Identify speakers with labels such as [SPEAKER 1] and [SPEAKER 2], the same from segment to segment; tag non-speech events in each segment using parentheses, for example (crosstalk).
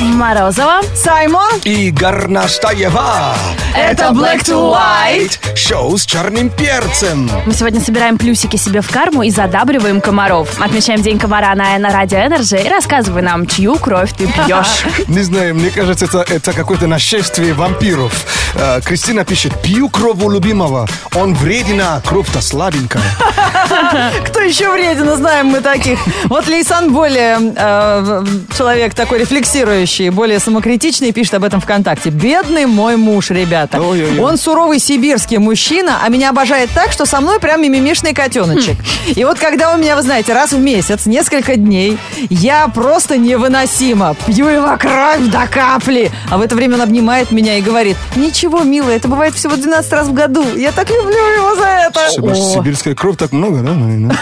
[SPEAKER 1] Морозова.
[SPEAKER 2] Саймон.
[SPEAKER 3] И Горнаштаева.
[SPEAKER 2] Это Black to White.
[SPEAKER 3] Шоу с черным перцем.
[SPEAKER 1] Мы сегодня собираем плюсики себе в карму и задабриваем комаров. Отмечаем День комара на, на Радио Энерджи и рассказывай нам, чью кровь ты пьешь.
[SPEAKER 3] (laughs) Не знаю, мне кажется, это, это какое-то нашествие вампиров. Э, Кристина пишет, пью кровь у любимого. Он вреден, а кровь-то сладенькая.
[SPEAKER 2] Кто еще вреден, знаем мы таких. Вот Лейсан более э, человек такой рефлексирующий, более самокритичный, пишет об этом ВКонтакте. Бедный мой муж, ребята.
[SPEAKER 3] Ой-ой-ой.
[SPEAKER 2] Он суровый сибирский мужчина, а меня обожает так, что со мной прям мимимишный котеночек. И вот когда у меня, вы знаете, раз в месяц, несколько дней, я просто невыносимо пью его кровь до капли. А в это время он обнимает меня и говорит, ничего, милая, это бывает всего 12 раз в году. Я так люблю его за это.
[SPEAKER 3] Сибирь- Сибирская кровь так много, да? Ну, наверное?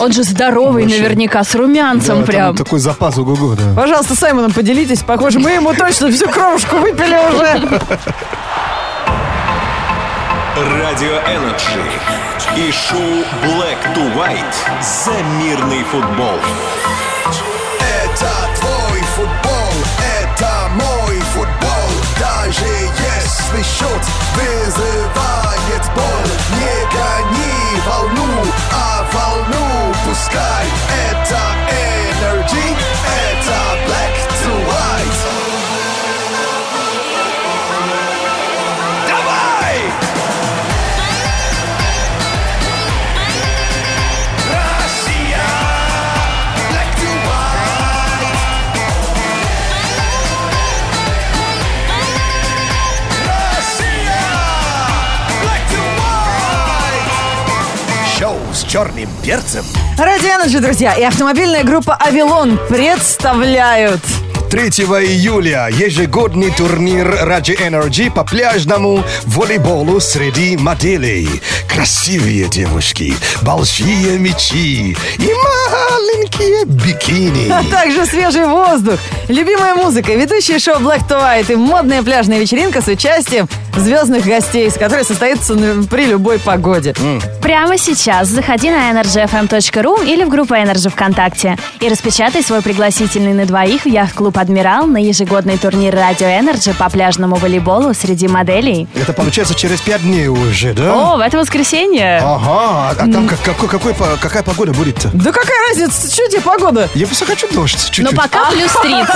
[SPEAKER 1] Он же здоровый
[SPEAKER 3] Вообще.
[SPEAKER 1] наверняка, с румянцем
[SPEAKER 3] Да, там
[SPEAKER 1] прям.
[SPEAKER 3] Такой запас ого-го, да.
[SPEAKER 2] Пожалуйста, с Саймоном поделитесь. Похоже, мы ему точно всю кровушку выпили уже.
[SPEAKER 4] Радио Энерджи и шоу Black to White за мирный футбол.
[SPEAKER 5] Это твой футбол, это мой футбол. Даже если счет вызывает боль, не гони волну, а волну пускай. Это Energy, это Black to White. Давай! Россия! Black to White! Россия! Black to White! Шоу с черным перцем.
[SPEAKER 2] Ради Energy, друзья, и автомобильная группа «Авилон» представляют.
[SPEAKER 3] 3 июля ежегодный турнир Раджи Energy по пляжному волейболу среди моделей. Красивые девушки, большие мечи и маленькие
[SPEAKER 2] (laughs)
[SPEAKER 3] бикини.
[SPEAKER 2] А также свежий воздух, любимая музыка, ведущие шоу Black to White и модная пляжная вечеринка с участием звездных гостей, с которой состоится ну, при любой погоде.
[SPEAKER 1] Прямо сейчас заходи на energyfm.ru или в группу Energy ВКонтакте и распечатай свой пригласительный на двоих в яхт-клуб «Адмирал» на ежегодный турнир «Радио Энерджи» по пляжному волейболу среди моделей.
[SPEAKER 3] Это получается через 5 дней уже, да?
[SPEAKER 1] О, в это воскресенье!
[SPEAKER 3] Ага, а там как- какой- какой по- какая погода будет-то?
[SPEAKER 2] Да какая разница, что тебе погода?
[SPEAKER 3] Я просто хочу дождь чуть-чуть.
[SPEAKER 1] Но пока плюс 30.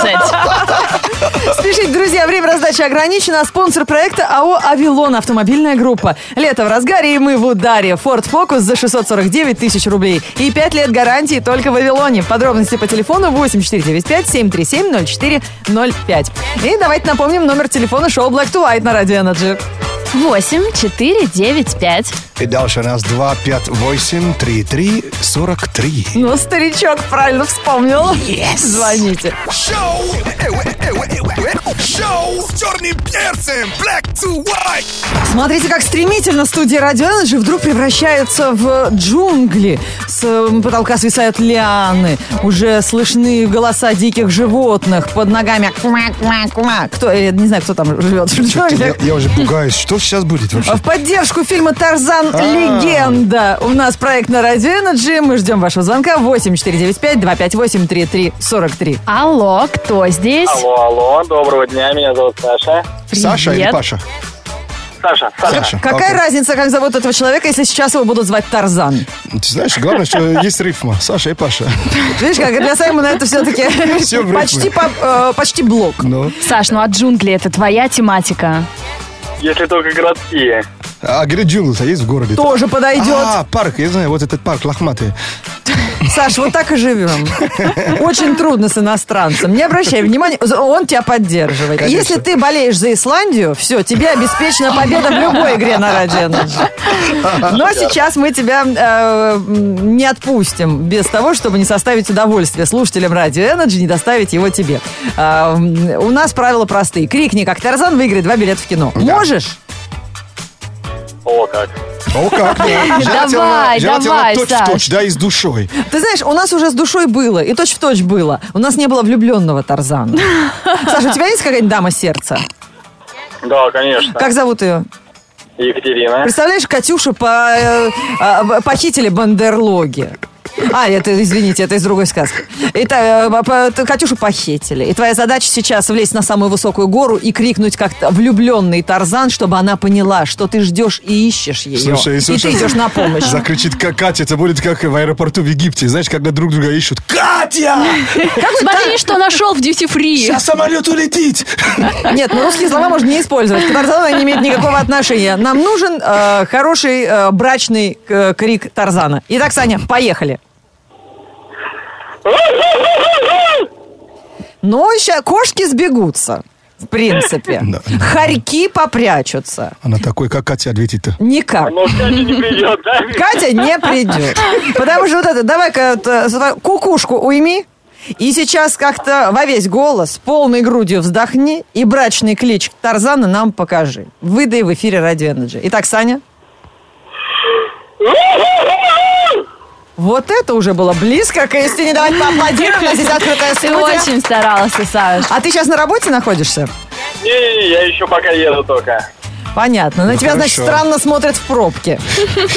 [SPEAKER 2] Спешите, друзья, время раздачи ограничено. А Спонсор проекта АО «Авилон» – автомобильная группа. Лето в разгаре, и мы в ударе. Ford Focus за 649 тысяч рублей. И 5 лет гарантии только в «Авилоне». Подробности по телефону 8495-737-0405. И давайте напомним номер телефона шоу «Black to White» на радио Energy.
[SPEAKER 1] 8, 4, 9, 5.
[SPEAKER 3] И дальше у нас 2, 5, 8, 3, 3, 43.
[SPEAKER 2] Ну, старичок правильно вспомнил. Звоните.
[SPEAKER 5] Шоу! Э, Шоу с черным перцем. Black to White.
[SPEAKER 2] Смотрите, как стремительно студия Радио Energy вдруг превращается в джунгли. С э, потолка свисают лианы, уже слышны голоса диких животных под ногами. ква-ква-ква. Кто, я не знаю, кто там живет в
[SPEAKER 3] Я,
[SPEAKER 2] джунглях.
[SPEAKER 3] я уже пугаюсь, что сейчас будет
[SPEAKER 2] А
[SPEAKER 3] вообще?
[SPEAKER 2] В поддержку фильма «Тарзан.
[SPEAKER 3] А.
[SPEAKER 2] Легенда» у нас проект на Радио Energy. Мы ждем вашего звонка 8495-258-3343.
[SPEAKER 1] Алло, кто здесь?
[SPEAKER 6] Алло, алло, доброго дня, меня зовут Саша.
[SPEAKER 3] Саша или
[SPEAKER 1] Привет.
[SPEAKER 3] Паша?
[SPEAKER 6] Саша, Саша.
[SPEAKER 3] Саша.
[SPEAKER 2] Какая
[SPEAKER 3] окей.
[SPEAKER 2] разница, как зовут этого человека, если сейчас его будут звать Тарзан?
[SPEAKER 3] Ты знаешь, главное, что есть рифма. Саша и Паша.
[SPEAKER 2] Видишь, как для Саймона это все-таки
[SPEAKER 3] Всё в рифму.
[SPEAKER 2] почти, по- э, почти блок.
[SPEAKER 3] Ну,
[SPEAKER 1] Саш, ну а джунгли это твоя тематика.
[SPEAKER 6] Если только городские.
[SPEAKER 3] а говорит, джунгл-то есть в городе?
[SPEAKER 2] Тоже подойдет.
[SPEAKER 3] А, парк, я знаю, вот этот парк лохматый.
[SPEAKER 2] Саш, вот так и живем. Очень трудно с иностранцем. Не обращай внимания, он тебя поддерживает.
[SPEAKER 3] Конечно.
[SPEAKER 2] Если ты болеешь за Исландию, все, тебе обеспечена победа в любой игре на Ради Energy. Но сейчас мы тебя э, м, не отпустим без того, чтобы не составить удовольствие слушателям Радио Energy, не доставить его тебе. А, м, у нас правила простые. Крикни, как Тарзан выиграет два билета в кино. Можешь?
[SPEAKER 6] О, как.
[SPEAKER 3] О,
[SPEAKER 1] (laughs)
[SPEAKER 3] как? ну,
[SPEAKER 1] Давай,
[SPEAKER 3] желательно
[SPEAKER 1] давай,
[SPEAKER 3] точь в
[SPEAKER 1] Саш.
[SPEAKER 3] точь, да, и с душой.
[SPEAKER 2] Ты знаешь, у нас уже с душой было, и точь в точь было. У нас не было влюбленного Тарзана. Саша, у тебя есть какая-нибудь дама сердца?
[SPEAKER 6] Да, конечно.
[SPEAKER 2] Как зовут ее?
[SPEAKER 6] Екатерина.
[SPEAKER 2] Представляешь, Катюшу по, э, а, б- похитили бандерлоги. А, это, извините, это из другой сказки. Это э, по- т- Катюшу похитили. И твоя задача сейчас влезть на самую высокую гору и крикнуть как влюбленный Тарзан, чтобы она поняла, что ты ждешь и ищешь ее.
[SPEAKER 3] Слушай,
[SPEAKER 2] и
[SPEAKER 3] слушай.
[SPEAKER 2] ты идешь на помощь.
[SPEAKER 3] Закричит «Ка- Катя, это будет как в аэропорту в Египте. Знаешь, когда друг друга ищут. Катя!
[SPEAKER 1] Смотри, что нашел в Duty Free.
[SPEAKER 3] Сейчас самолет улетит!
[SPEAKER 2] Нет, ну русские слова можно не использовать. К Тарзану они не имеют никакого отношения. Нам нужен э, хороший э, брачный э, крик Тарзана. Итак, Саня, поехали. Ну, ща кошки сбегутся, в принципе.
[SPEAKER 3] Да.
[SPEAKER 2] Хорьки попрячутся.
[SPEAKER 3] Она такой, как Катя ответит-то? (laughs)
[SPEAKER 2] Никак.
[SPEAKER 6] Но Катя Ну, не придет, да?
[SPEAKER 2] Катя не придет. Потому что вот это, давай-ка вот, э, свою кукушку уйми. И сейчас как-то во весь голос, полной грудью вздохни и брачный клич Тарзана нам покажи. Выдай в эфире Радио Energy. Итак, Саня. Вот это уже было близко к истине. Давайте поаплодируем. У нас здесь открытая
[SPEAKER 1] Ты
[SPEAKER 2] студия.
[SPEAKER 1] очень старался, Саш.
[SPEAKER 2] А ты сейчас на работе находишься?
[SPEAKER 6] Не-не-не, я еще пока еду только.
[SPEAKER 2] Понятно. На тебя, значит,
[SPEAKER 3] хорошо.
[SPEAKER 2] странно смотрят в пробке.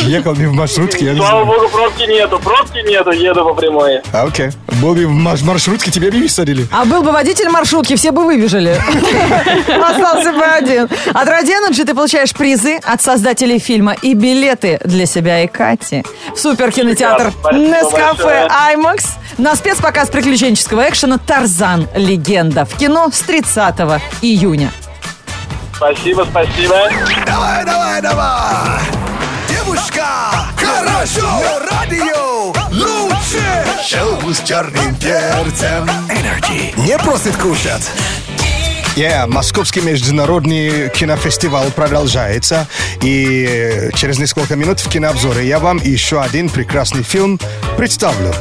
[SPEAKER 3] Ехал не в маршрутке, я не
[SPEAKER 6] Слава
[SPEAKER 3] знаю.
[SPEAKER 6] богу, пробки нету, пробки нету, еду по прямой.
[SPEAKER 3] А, Окей. Был бы в маш- маршрутке, тебя бы высадили.
[SPEAKER 2] А был бы водитель маршрутки, все бы выбежали. (laughs) Остался бы один. От Радио ты получаешь призы от создателей фильма и билеты для себя и Кати. В суперкинотеатр
[SPEAKER 6] Спасибо
[SPEAKER 2] Нескафе
[SPEAKER 6] большое.
[SPEAKER 2] IMAX на спецпоказ приключенческого экшена «Тарзан. Легенда» в кино с 30 июня.
[SPEAKER 6] Спасибо, спасибо.
[SPEAKER 5] Давай, давай, давай. Девушка, хорошо. На радио лучше. Шоу с черным перцем. Energy. Не просит кушать.
[SPEAKER 3] Yeah, Московский международный кинофестиваль продолжается. И э, через несколько минут в кинообзоре я вам еще один прекрасный фильм представлю.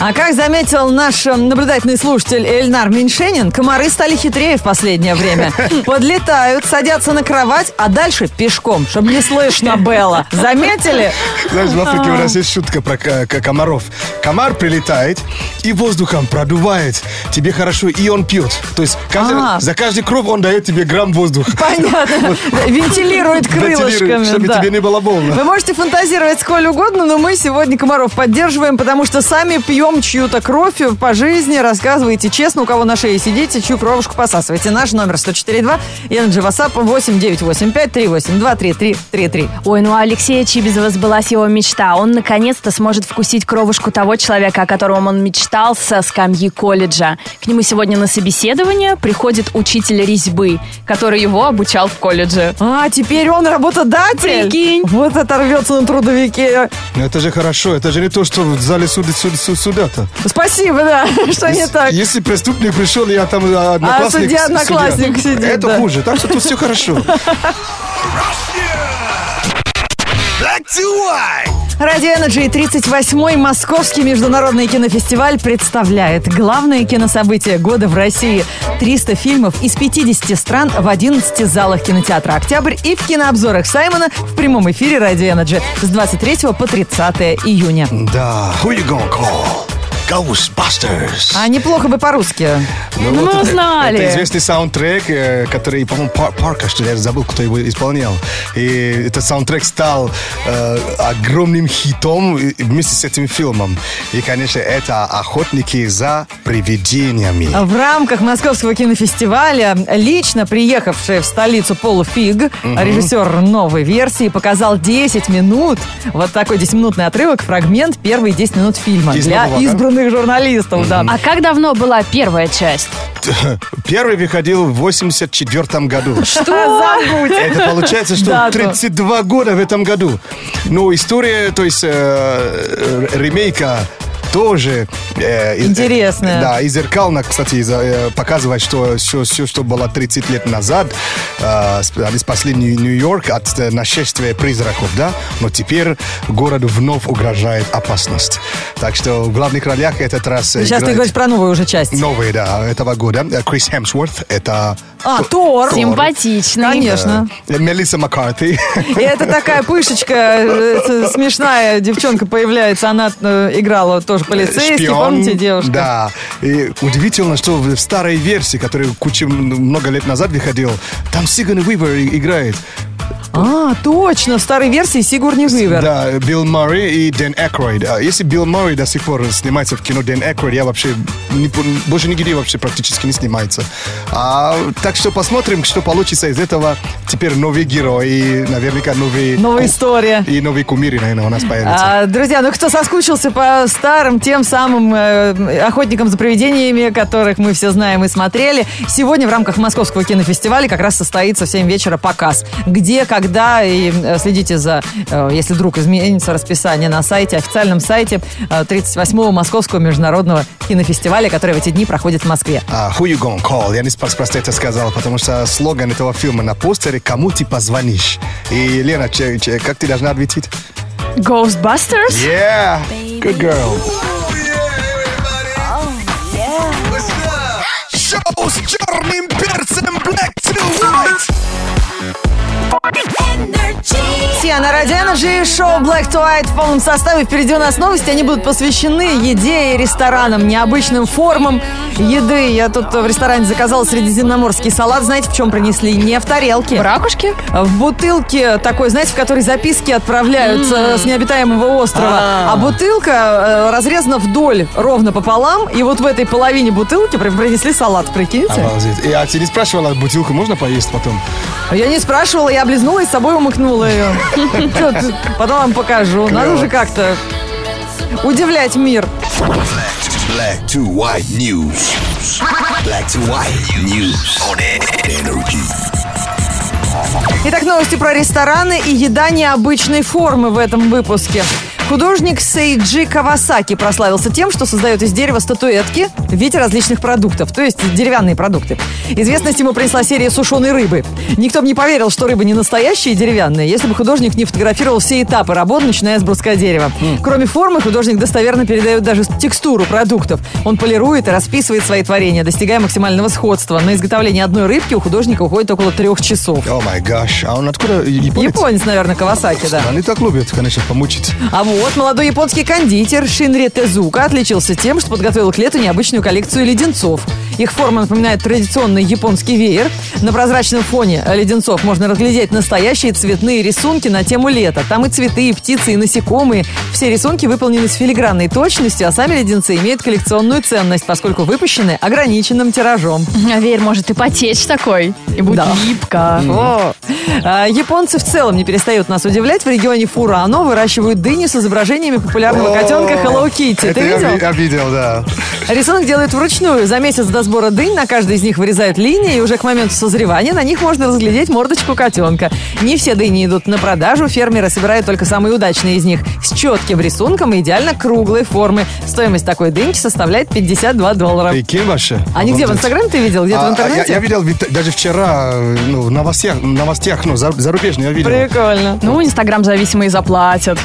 [SPEAKER 2] А как заметил наш э, наблюдательный слушатель Эльнар Меньшенин, комары стали хитрее в последнее
[SPEAKER 6] (laughs)
[SPEAKER 2] время. Подлетают, садятся на кровать, а дальше пешком, чтобы не слышно было. Заметили?
[SPEAKER 3] Знаешь, в Африке у нас есть шутка про к- к- комаров. Комар прилетает и воздухом продувает. Тебе хорошо, и он пьет. То есть каждый-
[SPEAKER 2] А.
[SPEAKER 3] за каждый кров он дает тебе грамм воздуха.
[SPEAKER 2] Понятно. Вентилирует крылышками.
[SPEAKER 3] Вентилирует, чтобы
[SPEAKER 2] да.
[SPEAKER 3] тебе не было
[SPEAKER 2] Вы
[SPEAKER 3] больно.
[SPEAKER 2] можете фантазировать сколь угодно, но мы сегодня комаров поддерживаем, потому что сами пьем чью-то кровь по жизни, рассказывайте честно, у кого на шее сидите, чью кровушку посасываете. Наш номер 104.2, Energy WhatsApp 8985-382-3333.
[SPEAKER 1] Ой, ну у Алексея Чибизова сбылась его мечта. Он наконец-то сможет вкусить кровушку того человека, о котором он мечтал со скамьи колледжа. К нему сегодня на собеседование приходит учитель резьбы, который его обучал в колледже.
[SPEAKER 2] А, теперь он работодатель?
[SPEAKER 1] Прикинь.
[SPEAKER 2] Вот оторвется на трудовике.
[SPEAKER 3] Но Ну, это же хорошо, это же не то, что в зале суда, суда- суда- суда-то.
[SPEAKER 2] Спасибо, да, (laughs) что не
[SPEAKER 3] Если-
[SPEAKER 2] так.
[SPEAKER 3] Если преступник пришел, я там а, одноклассник.
[SPEAKER 2] судья
[SPEAKER 3] с-
[SPEAKER 2] одноклассник
[SPEAKER 3] судья.
[SPEAKER 2] сидит,
[SPEAKER 3] Это
[SPEAKER 2] да.
[SPEAKER 3] хуже, так что тут все
[SPEAKER 2] (laughs)
[SPEAKER 3] хорошо.
[SPEAKER 5] Black to white.
[SPEAKER 2] Радио Energy 38-й Московский международный кинофестиваль представляет главное кинособытие года в России. 300 фильмов из 50 стран в 11 залах кинотеатра «Октябрь» и в кинообзорах Саймона в прямом эфире Радио Energy с 23 по 30 июня.
[SPEAKER 3] Да.
[SPEAKER 5] Who you gonna call? Ghostbusters.
[SPEAKER 2] А неплохо бы по-русски.
[SPEAKER 1] Ну, мы
[SPEAKER 3] это-
[SPEAKER 1] узнали.
[SPEAKER 3] Это известный саундтрек, э, который, по-моему, Пар- Парка, что ли, я забыл, кто его исполнял. И этот саундтрек стал э, огромным хитом и- и вместе с этим фильмом. И, конечно, это «Охотники за привидениями».
[SPEAKER 1] А
[SPEAKER 2] В рамках Московского кинофестиваля лично приехавший в столицу Пол Фиг, режиссер новой версии, показал 10 минут, вот такой 10-минутный отрывок, фрагмент первые 10 минут фильма
[SPEAKER 3] Из
[SPEAKER 2] для
[SPEAKER 3] нового, да?
[SPEAKER 2] избранных журналистов. Да.
[SPEAKER 1] А как давно была первая часть?
[SPEAKER 3] Первый выходил в 84 году.
[SPEAKER 2] Забудь.
[SPEAKER 3] Это получается, что
[SPEAKER 2] Да, да.
[SPEAKER 3] 32 года в этом году. Но история, то есть э, э, ремейка тоже э, из-
[SPEAKER 2] Интересная.
[SPEAKER 3] э, Да, и зеркально, кстати, из- э, показывает, что все, что было 30 лет назад, э, сп- они спасли Нью- Нью-Йорк от э, нашествия призраков, да? Но теперь городу вновь угрожает опасность. Так что в главных ролях этот раз
[SPEAKER 2] А
[SPEAKER 3] э,
[SPEAKER 2] Сейчас ты
[SPEAKER 3] играет
[SPEAKER 2] говоришь про новую уже часть.
[SPEAKER 3] новые, да, этого года. Э, Крис Хемсворт, это...
[SPEAKER 2] А,
[SPEAKER 3] Т-
[SPEAKER 2] Тор.
[SPEAKER 1] Симпатичный.
[SPEAKER 2] Конечно.
[SPEAKER 3] Э, Мелисса
[SPEAKER 2] (laughs)
[SPEAKER 3] Маккарти.
[SPEAKER 2] И это такая пышечка, э, с- смешная девчонка появляется. Она э, играла тоже полицейский,
[SPEAKER 3] Шпион.
[SPEAKER 2] помните, девушка?
[SPEAKER 3] Да. И удивительно, что в старой версии, которая куча м- много лет назад выходила, там Сиган Уивер и- играет. Ливерпуль.
[SPEAKER 2] А, точно, в старой версии Сигурни Уивер.
[SPEAKER 3] Да, Билл Мurray и Дэн Экройд. А Если Билл Мурray до сих пор снимается в кино Дэн Экройд, я вообще не пон- больше нигде вообще практически не снимается. А, так что посмотрим, что получится из этого. Теперь новый герой и наверняка новые...
[SPEAKER 2] Новая
[SPEAKER 3] ку-
[SPEAKER 2] история.
[SPEAKER 3] И новые кумиры, наверное, у
[SPEAKER 2] (laughs)
[SPEAKER 3] нас появятся.
[SPEAKER 2] А, друзья, ну кто соскучился по старым тем самым э, охотникам за привидениями, которых мы все знаем и смотрели, сегодня в рамках Московского кинофестиваля как раз состоится в 7 вечера показ. Где, когда, и э, следите за, э, если вдруг изменится расписание на сайте, официальном сайте э, 38-го Московского международного кинофестиваля, который в эти дни проходит в Москве.
[SPEAKER 3] А, who you gonna call? Я не спро- просто это сказал, потому что слоган этого фильма на постере «Кому ты позвонишь?» И, Лена, че- че- как ты должна ответить?
[SPEAKER 1] Ghostbusters?
[SPEAKER 3] Yeah! Good girl!
[SPEAKER 2] Oh,
[SPEAKER 5] Шоу с черным перцем Black to White.
[SPEAKER 2] Все на Радио Energy и шоу Black to White в полном составе. Впереди у нас новости. Они будут посвящены еде и ресторанам, необычным формам еды. Я тут в ресторане заказала средиземноморский салат. Знаете, в чем принесли? Не в тарелке.
[SPEAKER 1] Ракушки?
[SPEAKER 2] В бутылке такой, знаете, в которой записки отправляются с необитаемого острова. А, бутылка э, разрезана вдоль, ровно пополам. И вот в этой половине бутылки при- принесли салат, прикиньте.
[SPEAKER 3] Обалдеть. Я тебе не спрашивала, бутылку можно поесть потом?
[SPEAKER 2] Я не спрашивала, я облизнула и с собой умыкнула ее. Чё ты? Потом вам покажу. Надо
[SPEAKER 3] Клево.
[SPEAKER 2] же как-то удивлять мир.
[SPEAKER 5] Black to white news. Black to white news on energy.
[SPEAKER 2] Итак, новости про рестораны и еда необычной формы в этом выпуске. Художник Сейджи Кавасаки прославился тем, что создает из дерева статуэтки в виде различных продуктов, то есть деревянные продукты. Известность ему принесла серия сушеной рыбы. Никто бы не поверил, что рыбы не настоящие и деревянные, если бы художник не фотографировал все этапы работы, начиная с бруска дерева. Кроме формы, художник достоверно передает даже текстуру продуктов. Он полирует и расписывает свои творения, достигая максимального сходства. На изготовление одной рыбки у художника уходит около трех часов.
[SPEAKER 3] О май гаш, а он откуда? Японец?
[SPEAKER 2] Японец, наверное, Кавасаки, да.
[SPEAKER 3] Они так любят, конечно, помучить.
[SPEAKER 2] А вот молодой японский кондитер Шинри Тезука отличился тем, что подготовил к лету необычную коллекцию леденцов. Их форма напоминает традиционный японский веер. На прозрачном фоне леденцов можно разглядеть настоящие цветные рисунки на тему лета. Там и цветы, и птицы, и насекомые. Все рисунки выполнены с филигранной точностью, а сами леденцы имеют коллекционную ценность, поскольку выпущены ограниченным тиражом.
[SPEAKER 1] А, Верь, может и потечь такой. И будет
[SPEAKER 2] Да.
[SPEAKER 1] липко.
[SPEAKER 2] О. А, Японцы в целом не перестают нас удивлять. В регионе Фурано выращивают дыни с изображениями популярного котенка Hello Kitty.
[SPEAKER 3] Это
[SPEAKER 2] Ты
[SPEAKER 3] я ви-
[SPEAKER 2] видел?
[SPEAKER 3] я видел, да.
[SPEAKER 2] Рисунок делают вручную. За месяц до сбора дынь на каждой из них вырезают линии, и уже к моменту созревания на них можно разглядеть мордочку котенка. Не все дыни идут на продажу, фермеры собирают только самые удачные из них, с четким рисунком и идеально круглой формы. Стоимость такой дыньки составляет 52 доллара.
[SPEAKER 3] Прикинь вообще.
[SPEAKER 2] Они где, в
[SPEAKER 3] Обалдеть.
[SPEAKER 2] Инстаграме ты видел? Где-то
[SPEAKER 3] А,
[SPEAKER 2] в
[SPEAKER 3] а,
[SPEAKER 2] интернете?
[SPEAKER 3] Я, я видел ведь даже вчера э, ну, в новостях, в новостях ну, за- зарубежные я видел.
[SPEAKER 2] Прикольно.
[SPEAKER 1] Ну, Инстаграм зависимые заплатят.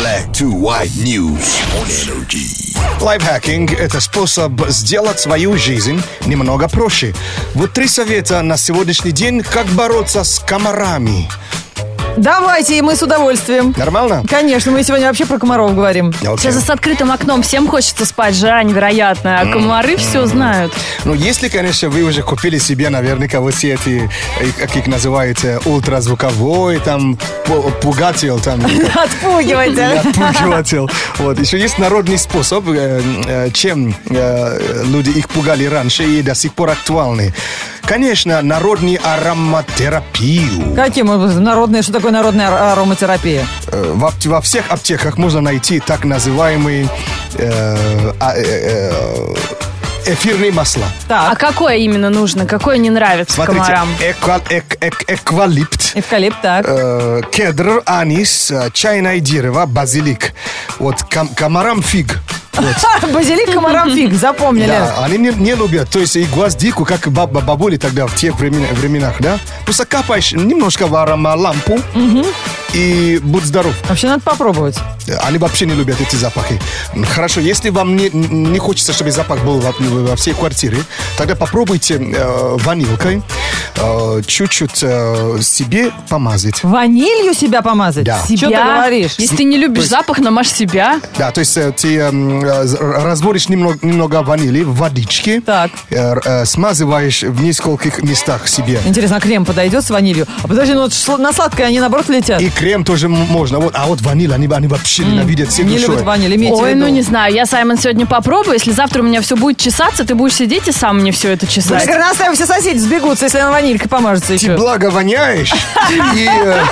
[SPEAKER 5] Black to white news on energy.
[SPEAKER 3] Лайфхакинг – это способ сделать свою жизнь немного проще. Вот три совета на сегодняшний день, как бороться с комарами.
[SPEAKER 2] Давайте, и мы с удовольствием.
[SPEAKER 3] Нормально?
[SPEAKER 2] Конечно, мы сегодня вообще про комаров говорим.
[SPEAKER 3] Окей.
[SPEAKER 1] Сейчас с открытым окном всем хочется спать, жара невероятная, а комары все знают.
[SPEAKER 3] Ну, если, конечно, вы уже купили себе наверняка вот все эти, э, как их называют, э, ультразвуковой, там, пу- пугатель, там,
[SPEAKER 2] Отпугивайте.
[SPEAKER 3] (laughs) отпугиватель. Вот, еще есть народный способ, э, э, чем э, люди их пугали раньше и до сих пор актуальны. Конечно, народный ароматерапию.
[SPEAKER 2] Каким образом? Народная, что такое народная ар- ароматерапия?
[SPEAKER 3] Э, Во, апт- во всех аптеках можно найти так называемые э, а- э, э, эфирные масла.
[SPEAKER 1] А
[SPEAKER 2] Так,
[SPEAKER 1] какое именно нужно, какое не нравится
[SPEAKER 3] Смотрите,
[SPEAKER 1] комарам?
[SPEAKER 3] эква- эк- эк- эквалипт.
[SPEAKER 2] эвкалипт, так.
[SPEAKER 3] э, кедр, анис, э, чайное дерево, базилик. Вот ком- комарам фиг. Вот.
[SPEAKER 2] (laughs) Базилик, комарам фиг, запомнили.
[SPEAKER 3] Э, Да, они не, не любят, то есть и гвоздику, как баб- Ну, бабули тогда в тех времена- временах, да? Просто капаешь немножко в аромалампу, и будь здоров.
[SPEAKER 2] Вообще надо попробовать.
[SPEAKER 3] Они вообще не любят эти запахи. Ну, Хорошо, если вам не, не хочется, чтобы запах был во, во всей квартире, тогда попробуйте э, ванилкой э, чуть-чуть э, себе помазать.
[SPEAKER 2] Ванилью себя помазать?
[SPEAKER 3] Да.
[SPEAKER 2] Чё ты
[SPEAKER 1] Я-
[SPEAKER 2] говоришь?
[SPEAKER 1] Если ты не любишь запах, намажь себя.
[SPEAKER 3] Да, то есть э, ты эм, э, з- разводишь немного, немного ванили в водичке,
[SPEAKER 2] Так.
[SPEAKER 3] э, р- э, смазываешь в нескольких местах себе.
[SPEAKER 2] Интересно, а крем подойдет с ванилью? А подожди, ну вот шла- на сладкое они наоборот летят. Ну
[SPEAKER 3] И крем тоже м- можно. Вот, а вот ваниль, они, они вообще ненавидят ну всей
[SPEAKER 2] не
[SPEAKER 3] душой.
[SPEAKER 2] любят ваниль, имейте в
[SPEAKER 1] Ой,
[SPEAKER 2] виду.
[SPEAKER 1] ну не знаю, я, Саймон, сегодня попробую. Если завтра у меня все будет чесаться, ты будешь сидеть и сам мне все это
[SPEAKER 2] Да,
[SPEAKER 1] чесать.
[SPEAKER 2] как раз там все соседи сбегутся, если она ванилькой помажется
[SPEAKER 3] Ты
[SPEAKER 2] еще.
[SPEAKER 3] благо воняешь, и, э,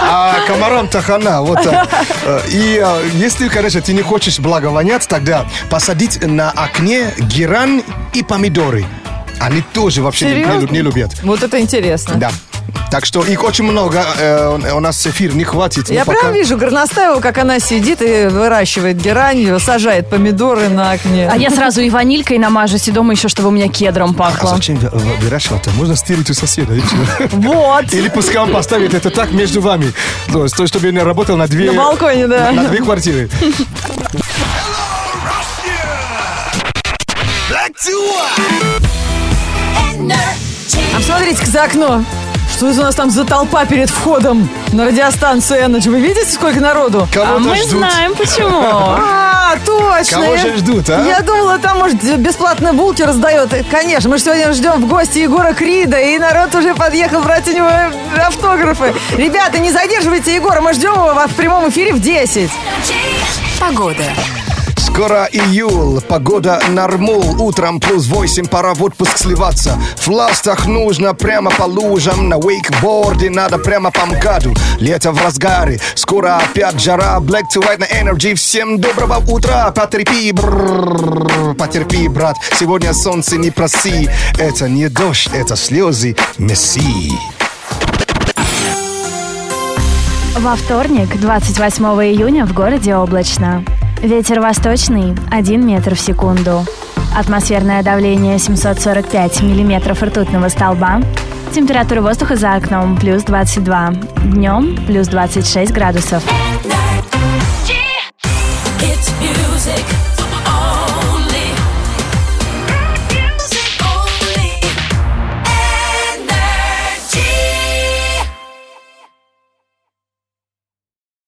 [SPEAKER 3] а комарам-то хана, вот так. Э, И э, если, конечно, ты не хочешь благо вонять, тогда посадить на окне геран и помидоры. Они тоже вообще не- не,
[SPEAKER 2] Серьезно?
[SPEAKER 3] люб- не любят.
[SPEAKER 2] Вот это интересно.
[SPEAKER 3] Да. Так что их очень много, э, у нас эфир не хватит. но
[SPEAKER 2] Я
[SPEAKER 3] ну пока-
[SPEAKER 2] прям вижу Горностаеву, как она сидит и выращивает герань, сажает помидоры на окне.
[SPEAKER 1] А я сразу и ванилькой намажусь, и дома еще, чтобы у меня кедром
[SPEAKER 3] А
[SPEAKER 1] пахло.
[SPEAKER 3] зачем вы- вы- выращивать-то? Можно стырить у соседа. и всё.
[SPEAKER 2] Вот.
[SPEAKER 3] Или пускай он поставит это так между вами. То есть, то, чтобы я не работал на две...
[SPEAKER 2] На балконе, да.
[SPEAKER 3] На две квартиры.
[SPEAKER 7] Black to white.
[SPEAKER 2] А смотрите-ка за окно. Что это у нас там за толпа перед входом на радиостанцию Energy? Вы видите, сколько народу?
[SPEAKER 1] А
[SPEAKER 3] Кого-то
[SPEAKER 1] мы
[SPEAKER 3] ждут.
[SPEAKER 1] знаем почему.
[SPEAKER 2] А, точно.
[SPEAKER 3] Кого
[SPEAKER 2] Я-
[SPEAKER 3] же ждут, а?
[SPEAKER 2] Я думала, там, может, бесплатно булки раздает. И, Конечно, мы же сегодня ждем в гости Егора Крида, и народ уже подъехал брать у него автографы. Ребята, не задерживайте Егора, мы ждем его в прямом эфире в 10.
[SPEAKER 8] Погода.
[SPEAKER 3] Скоро июль, погода нормул, утром плюс 8, пора в отпуск сливаться. В ластах нужно прямо по лужам, на вейкборде надо прямо по МКАДу. Лето в разгаре, скоро опять жара, black to white на energy. Всем доброго утра, потерпи, брррр, потерпи, брат. Сегодня солнце не проси, это не дождь, это слезы Мессии.
[SPEAKER 9] Во вторник, 28 июня, в городе облачно. Ветер восточный 1 метр в секунду. Атмосферное давление 745 миллиметров ртутного столба. Температура воздуха за окном плюс 22. Днем плюс 26 градусов.
[SPEAKER 10] It's music.